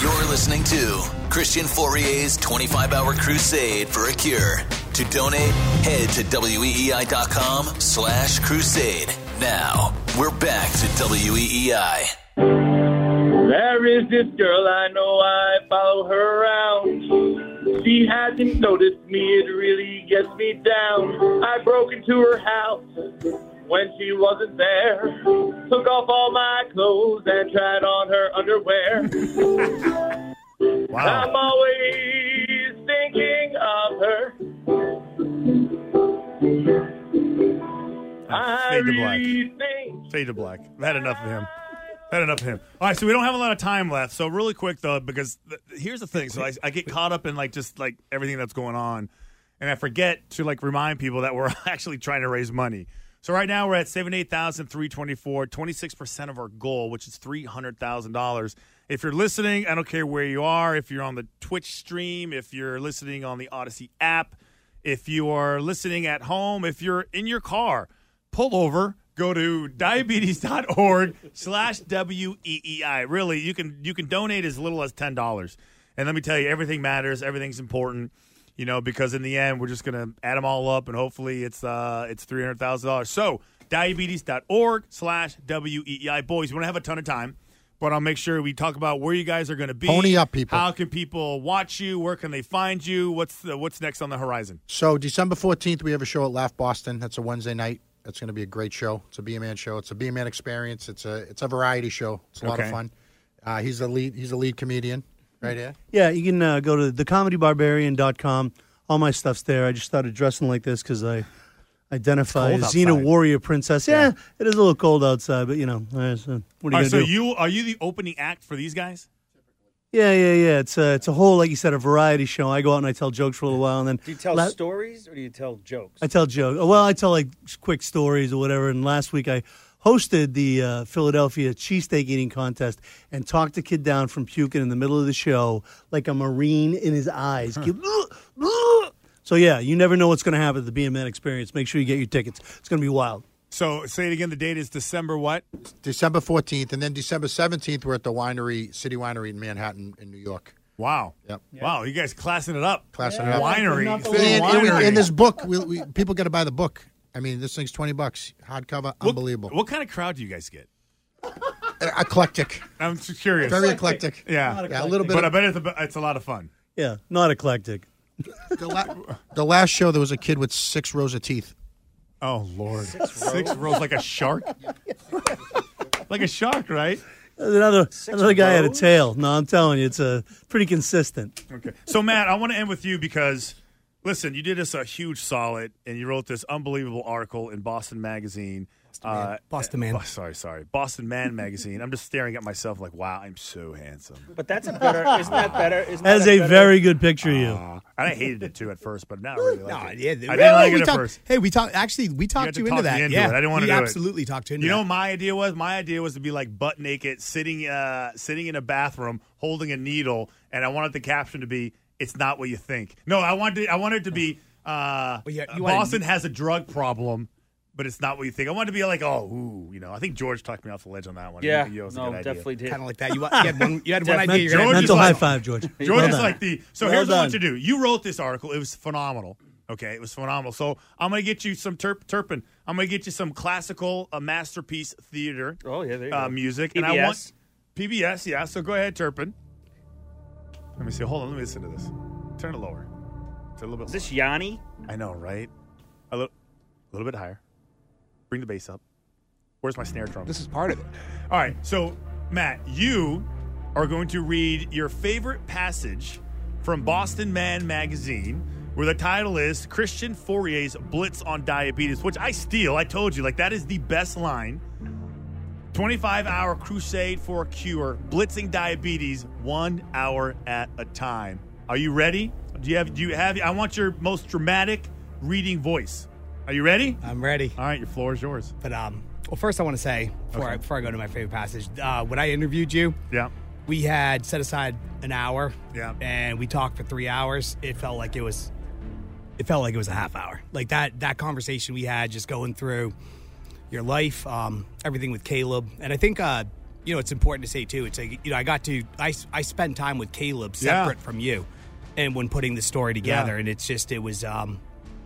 S1: You're listening to Christian Fourier's 25 Hour Crusade for a Cure. To donate, head to E weei.com slash crusade. Now, we're back to E WEEI.
S11: There is this girl I know, I follow her around. She hasn't noticed me, it really gets me down. I broke into her house when she wasn't there. Took off all my clothes and tried on her underwear. I'm always thinking of her. I
S2: Uh, Fade to black.
S11: really think
S2: Fade to black. I've had enough of him. I've Had enough of him. All right, so we don't have a lot of time left. So really quick though, because th- here's the thing. So I, I get caught up in like just like everything that's going on, and I forget to like remind people that we're [laughs] actually trying to raise money. So right now we're at seventy eight thousand three twenty four, twenty six percent of our goal, which is three hundred thousand dollars. If you're listening, I don't care where you are. If you're on the Twitch stream, if you're listening on the Odyssey app, if you are listening at home, if you're in your car, pull over. Go to diabetes.org slash E W-E-E-I. Really, you can you can donate as little as ten dollars. And let me tell you, everything matters, everything's important. you know, because in the end, we're just going to add them all up and hopefully it's uh, it's $300,000. So, diabetes.org slash WEEI. Boys, we don't have a ton of time, but I'll make sure we talk about where you guys are going to be.
S5: Pony up, people.
S2: How can people watch you? Where can they find you? What's the, what's next on the horizon?
S5: So December fourteenth, we have a show at Laugh Boston. That's a Wednesday night. That's going to be a great show. It's a B man show. It's a B man experience. It's a it's a variety show. It's a lot
S2: Okay.
S5: of fun. Uh, he's the lead. He's the lead comedian right here.
S4: Yeah, you can uh, go to thecomedybarbarian.com. All my stuff's there. I just started dressing like this because I identify
S2: It's
S4: as
S2: cold
S4: Xena Warrior Princess. Yeah. it is a little cold outside, but you know, uh, so what are you going
S2: All right,
S4: to
S2: so
S4: do?
S2: you are you the opening act for these guys?
S4: yeah, yeah, yeah. It's a, it's a whole, like you said, a variety show. I go out and I tell jokes for a little while, and then
S3: Do you tell
S4: la-
S3: stories or do you tell
S4: [gasps]
S3: jokes?
S4: I tell jokes. Well, I tell like quick stories or whatever. And last week I hosted the uh, Philadelphia cheesesteak eating contest and talked a kid down from puking in the middle of the show like a marine in his
S2: [laughs]
S4: eyes. Give- So yeah, you never know what's going to happen at the BMN experience. Make sure you get your tickets. It's going to be wild.
S2: So say it again. The date is December what?
S5: December fourteenth, and then December seventeenth, we're at the winery, City Winery in Manhattan, in New York.
S2: Wow.
S5: Yep.
S2: Wow, you guys classing it up.
S5: Classing it up.
S2: Winery.
S5: And,
S2: City
S5: and we-
S2: winery.
S5: and this book, we, we, people got to buy the book. I mean, this thing's twenty bucks, hardcover, unbelievable,
S2: what kind of crowd do you guys get?
S5: eclectic.
S2: I'm just curious.
S5: Very eclectic.
S2: Yeah.
S5: Yeah, a little bit.
S2: But
S5: of-
S2: I bet it's a, it's a lot of
S6: [laughs]
S2: fun.
S4: Yeah, not eclectic.
S5: The last show, there was a kid with six rows of teeth.
S2: Oh lord, six rows, like a shark, like a shark, right?
S4: Another another guy had a tail. No, I'm telling you, it's a pretty consistent.
S2: Okay. So Matt, I want to end with you because listen, you did us a huge solid, and you wrote this unbelievable article in Boston Magazine. Uh,
S6: Boston Man.
S2: Bo- sorry, sorry. Boston Man Magazine. I'm just staring at myself like, wow, I'm so handsome.
S3: But that's a better. Isn't that better? Isn't
S4: That is
S3: that
S4: a
S3: better?
S4: very good picture of you.
S2: And I hated it too at first, but now I really like it.
S6: Yeah,
S2: I
S6: th-
S2: didn't
S6: well,
S2: like
S6: we
S2: it at
S6: talked-
S2: first.
S6: Hey, we talked. Actually, we
S2: You had
S6: talked
S2: to
S6: you,
S2: talk
S6: into
S2: me
S6: that.
S2: into
S6: yeah,
S2: it. I didn't want to
S6: we
S2: do it.
S6: absolutely talked you into
S2: You know,
S6: that.
S2: what my idea was my idea was to be like butt naked, sitting, uh, sitting in a bathroom, holding a needle, and I wanted the caption to be "It's not what you think." No, I wanted I wanted it to be uh,
S6: you wanted-
S2: Boston has a drug problem, but it's not what you think. I wanted to be like, oh, ooh, you know, I think George talked me off the ledge on that one.
S3: Yeah.
S2: You- you was a
S3: No,
S2: good idea.
S3: definitely did. Kinda like
S6: that. You- you had one- you had
S3: [laughs]
S6: one idea, you're gonna-
S2: George is
S6: Mental
S2: like-
S6: high five, George.
S2: George
S6: Well
S2: is
S6: done.
S2: like the. So
S6: Well
S2: here's what I want you
S6: done.
S2: to do. You wrote this article. It was phenomenal. Okay, it was phenomenal. So I'm gonna get you some Turp, Turpin. I'm gonna get you some classical uh, masterpiece theater.
S3: Oh yeah, there you
S2: uh,
S3: go.
S2: music,
S3: PBS.
S2: and I want PBS. Yeah, so go ahead, Turpin. Let me see. Hold on. Let me listen to this. Turn it lower. It's a little bit. Is
S3: this Yanni?
S2: I know, right? A little, a little bit higher. Bring the bass up. Where's my snare drum? This
S8: is part of it.
S2: All right. So, Matt, you are going to read your favorite passage from Boston Man magazine. Where the title is Christian Fourier's Blitz on Diabetes, which I steal. I told you, like, that is the best line 25 hour crusade for a cure, blitzing diabetes one hour at a time. Are you ready? Do you have, do you have, I want your most dramatic reading voice. Are you ready?
S6: I'm ready.
S2: All right, your floor is yours.
S6: But um, well, first I want to say before I, before I go to my favorite passage, uh, when I interviewed you,
S2: yeah,
S6: we had set aside an hour,
S2: yeah,
S6: and we talked for three hours. It felt like it was, it felt like it was a half hour. Like that that conversation we had, just going through your life, um, everything with Caleb, and I think uh, you know it's important to say too. It's like you know I got to I I spend time with Caleb
S3: Yeah.
S6: separate from you, and when putting the story together, and it's just it was um,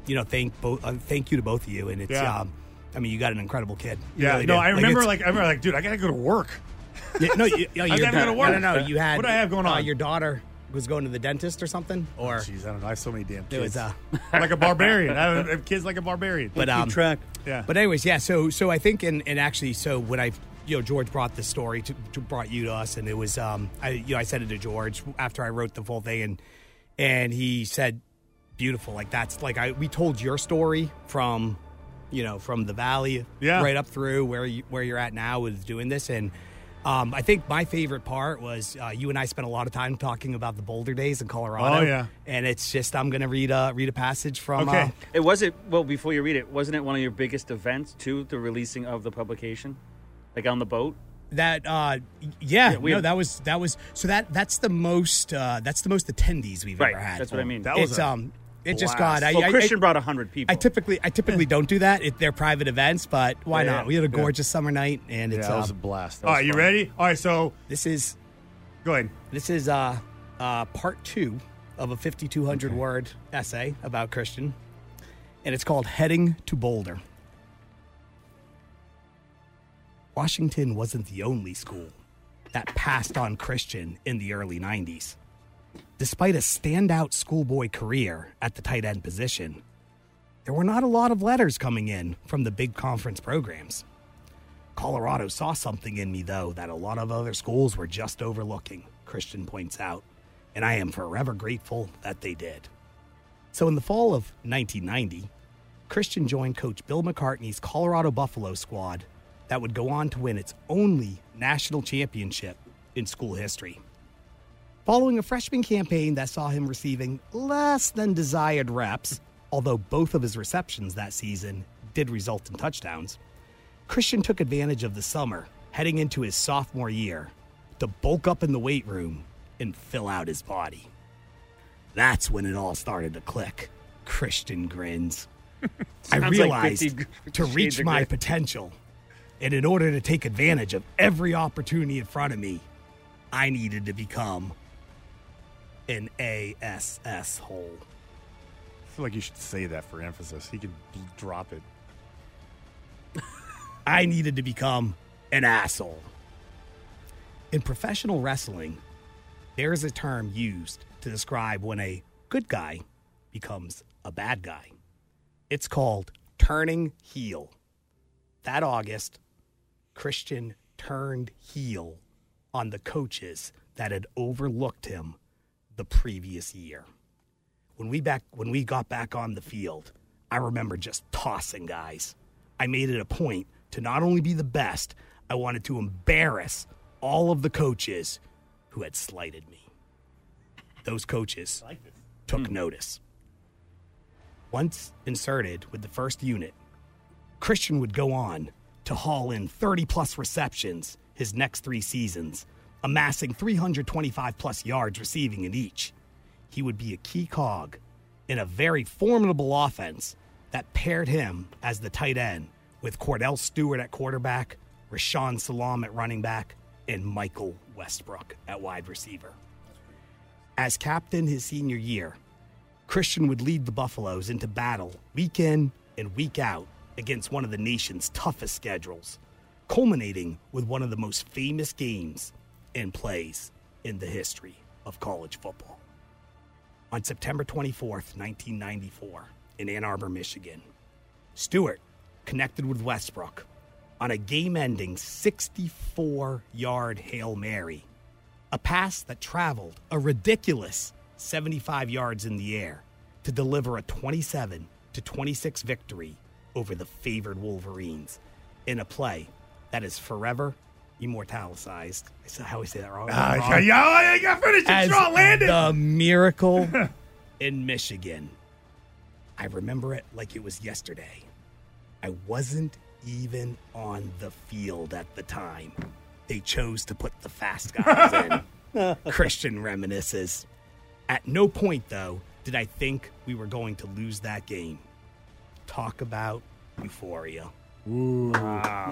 S6: you know thank both uh, thank you to both of you, and it's
S2: Yeah.
S6: um. I mean, you got an incredible kid. You
S2: Yeah,
S6: really
S2: no,
S6: do.
S2: I remember
S6: it's-
S2: like, I remember like, dude, I gotta go to work.
S6: yeah, no,
S2: [laughs]
S6: you, oh, no,
S2: I
S6: you
S2: gotta go to work.
S6: No, no, no, you had.
S2: What do I have going
S6: uh,
S2: on?
S6: your daughter was going to the dentist or something, or
S2: jeez, I don't know. I have so many damn
S6: It was
S2: kids.
S6: uh,
S2: [laughs] like a
S6: [laughs]
S2: barbarian. I have- I have kids like a barbarian.
S6: but um,
S2: Yeah.
S6: But anyways, yeah. So so I think and and actually so when I you know George brought the story to, to brought you to us and it was um I you know I said it to George after I wrote the full thing and and he said beautiful like that's like I we told your story from you know from the valley
S3: Yeah.
S6: right up through where you where you're at now with doing this and. Um, I think my favorite part was uh, you and I spent a lot of time talking about the Boulder days in Colorado.
S3: Oh, yeah.
S6: and it's just I'm gonna read uh, read a passage from uh,
S3: it wasn't. Well, before you read it, wasn't it one of your biggest events too? The releasing of the publication, like on the boat.
S6: that uh yeah,
S3: Yeah, we
S6: no
S3: have-
S6: that was that was so that that's the most uh that's the most attendees we've
S3: Right,
S6: ever had
S3: that's what I mean. That
S6: that
S3: was
S6: was
S3: a
S6: um it just
S3: blast.
S6: got I,
S3: Well,
S6: I-
S3: Christian
S6: I-
S3: brought 100 people.
S6: i typically i typically don't do that if they're private events but why
S2: Yeah,
S6: not we had a
S2: yeah.
S6: gorgeous summer night and it's
S2: Yeah, it was
S6: um,
S2: a blast. All right, you ready? All right, so
S6: this is
S2: go ahead.
S6: This is uh, uh, part two of a 5,200 word essay about Christian, and it's called Heading to Boulder. Washington wasn't the only school that passed on Christian in the early 90s. Despite a standout schoolboy career at the tight end position, there were not a lot of letters coming in from the big conference programs. Colorado saw something in me, though, that a lot of other schools were just overlooking, Christian points out, and I am forever grateful that they did. So, in the fall of 1990, Christian joined coach Bill McCartney's Colorado Buffalo squad that would go on to win its only national championship in school history. Following a freshman campaign that saw him receiving less than desired reps, although both of his receptions that season did result in touchdowns, Christian took advantage of the summer heading into his sophomore year to bulk up in the weight room and fill out his body. That's when it all started to click. Christian
S3: [laughs]
S6: grins. I
S3: Sounds like
S6: realized
S3: 50
S6: to
S3: shades
S6: reach
S3: of
S6: my
S3: gray.
S6: potential and in order to take advantage of every opportunity in front of me, I needed to become an ASS hole.
S2: I feel like you should say that for emphasis. He could bl- drop it.
S6: I needed to become an asshole. In professional wrestling, there is a term used to describe when a good guy becomes a bad guy. It's called turning heel. That August, Christian turned heel on the coaches that had overlooked him the previous year. When we back when we got back on the field, I remember just tossing guys. I made it a point to not only be the best, I wanted to embarrass all of the coaches who had slighted me. Those coaches took notice. Once inserted with the first unit, Christian would go on to haul in 30 plus receptions his next three seasons, amassing 325 plus yards receiving in each. He would be a key cog in a very formidable offense that paired him as the tight end with Cordell Stewart at quarterback, Rashawn Salam at running back, and Michael Westbrook at wide receiver. As captain his senior year, Christian would lead the Buffaloes into battle week in and week out against one of the nation's toughest schedules, culminating with one of the most famous games and plays in the history of college football. On September 24th, 1994, in Ann Arbor, Michigan, Stewart connected with Westbrook on a game ending 64 yard Hail Mary, a pass that traveled a ridiculous 75 yards in the air to deliver a 27 to 26 victory over the favored Wolverines in a play that is forever immortalized. I said- I always say that wrong.
S2: Ah,
S6: Wrong.
S2: yeah, yeah, yeah, finish it
S6: As
S2: strong, land it.
S6: The miracle in Michigan. I remember it like it was yesterday. I wasn't even on the field at the time. They chose to put the fast guys
S2: [laughs]
S6: in. Christian reminisces. At no point, though, did I think we were going to lose that game. Talk about euphoria.
S2: Ooh.
S6: Wow.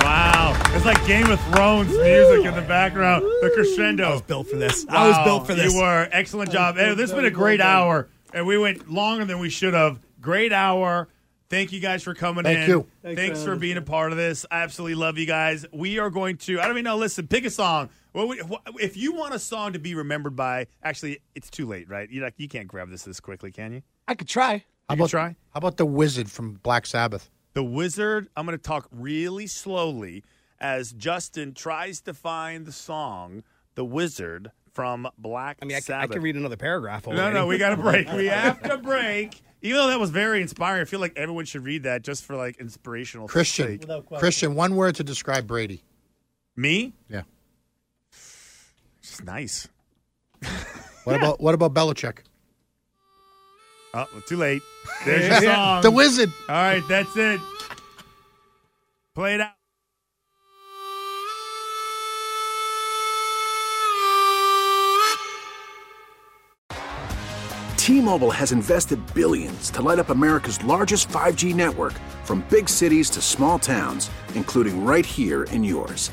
S2: Wow. It's like Game of Thrones music in the background. The crescendo. I was
S6: built for this. I was built for this.
S2: You were. Excellent job. Hey, this has been a great hour, and we went longer than we should have. Great hour. Thank you guys for coming
S5: Thank
S2: in.
S5: you.
S2: Thanks,
S5: Thanks
S2: for,
S5: for having
S2: being a part of this. I absolutely love you guys. We are going to, I don't even know, listen, pick a song. What would- what- if you want a song to be remembered by, actually, it's too late, right? You're like, you can't grab this this quickly, can you?
S5: I could try. How about
S2: try?
S5: How about the wizard from Black Sabbath?
S2: The Wizard, I'm going to talk really slowly as Justin tries to find the song The Wizard from Black
S6: I mean, I c- I
S2: Sabbath.
S6: can read another paragraph.
S2: No, no,
S6: already.
S2: we got a break.
S6: [laughs]
S2: We have to break. Even though that was very inspiring, I feel like everyone should read that just Oh, for like inspirational
S5: Christian.
S2: sake.
S5: Christian, one word to describe Brady.
S2: Me?
S5: Yeah.
S2: Just nice.
S5: What about what about Belichick?
S2: Oh, well, too late. There's
S5: [laughs]
S2: your song.
S5: The wizard.
S2: All right, that's it. Play it out.
S12: T-Mobile has invested billions to light up America's largest 5G network from big cities to small towns, including right here in yours.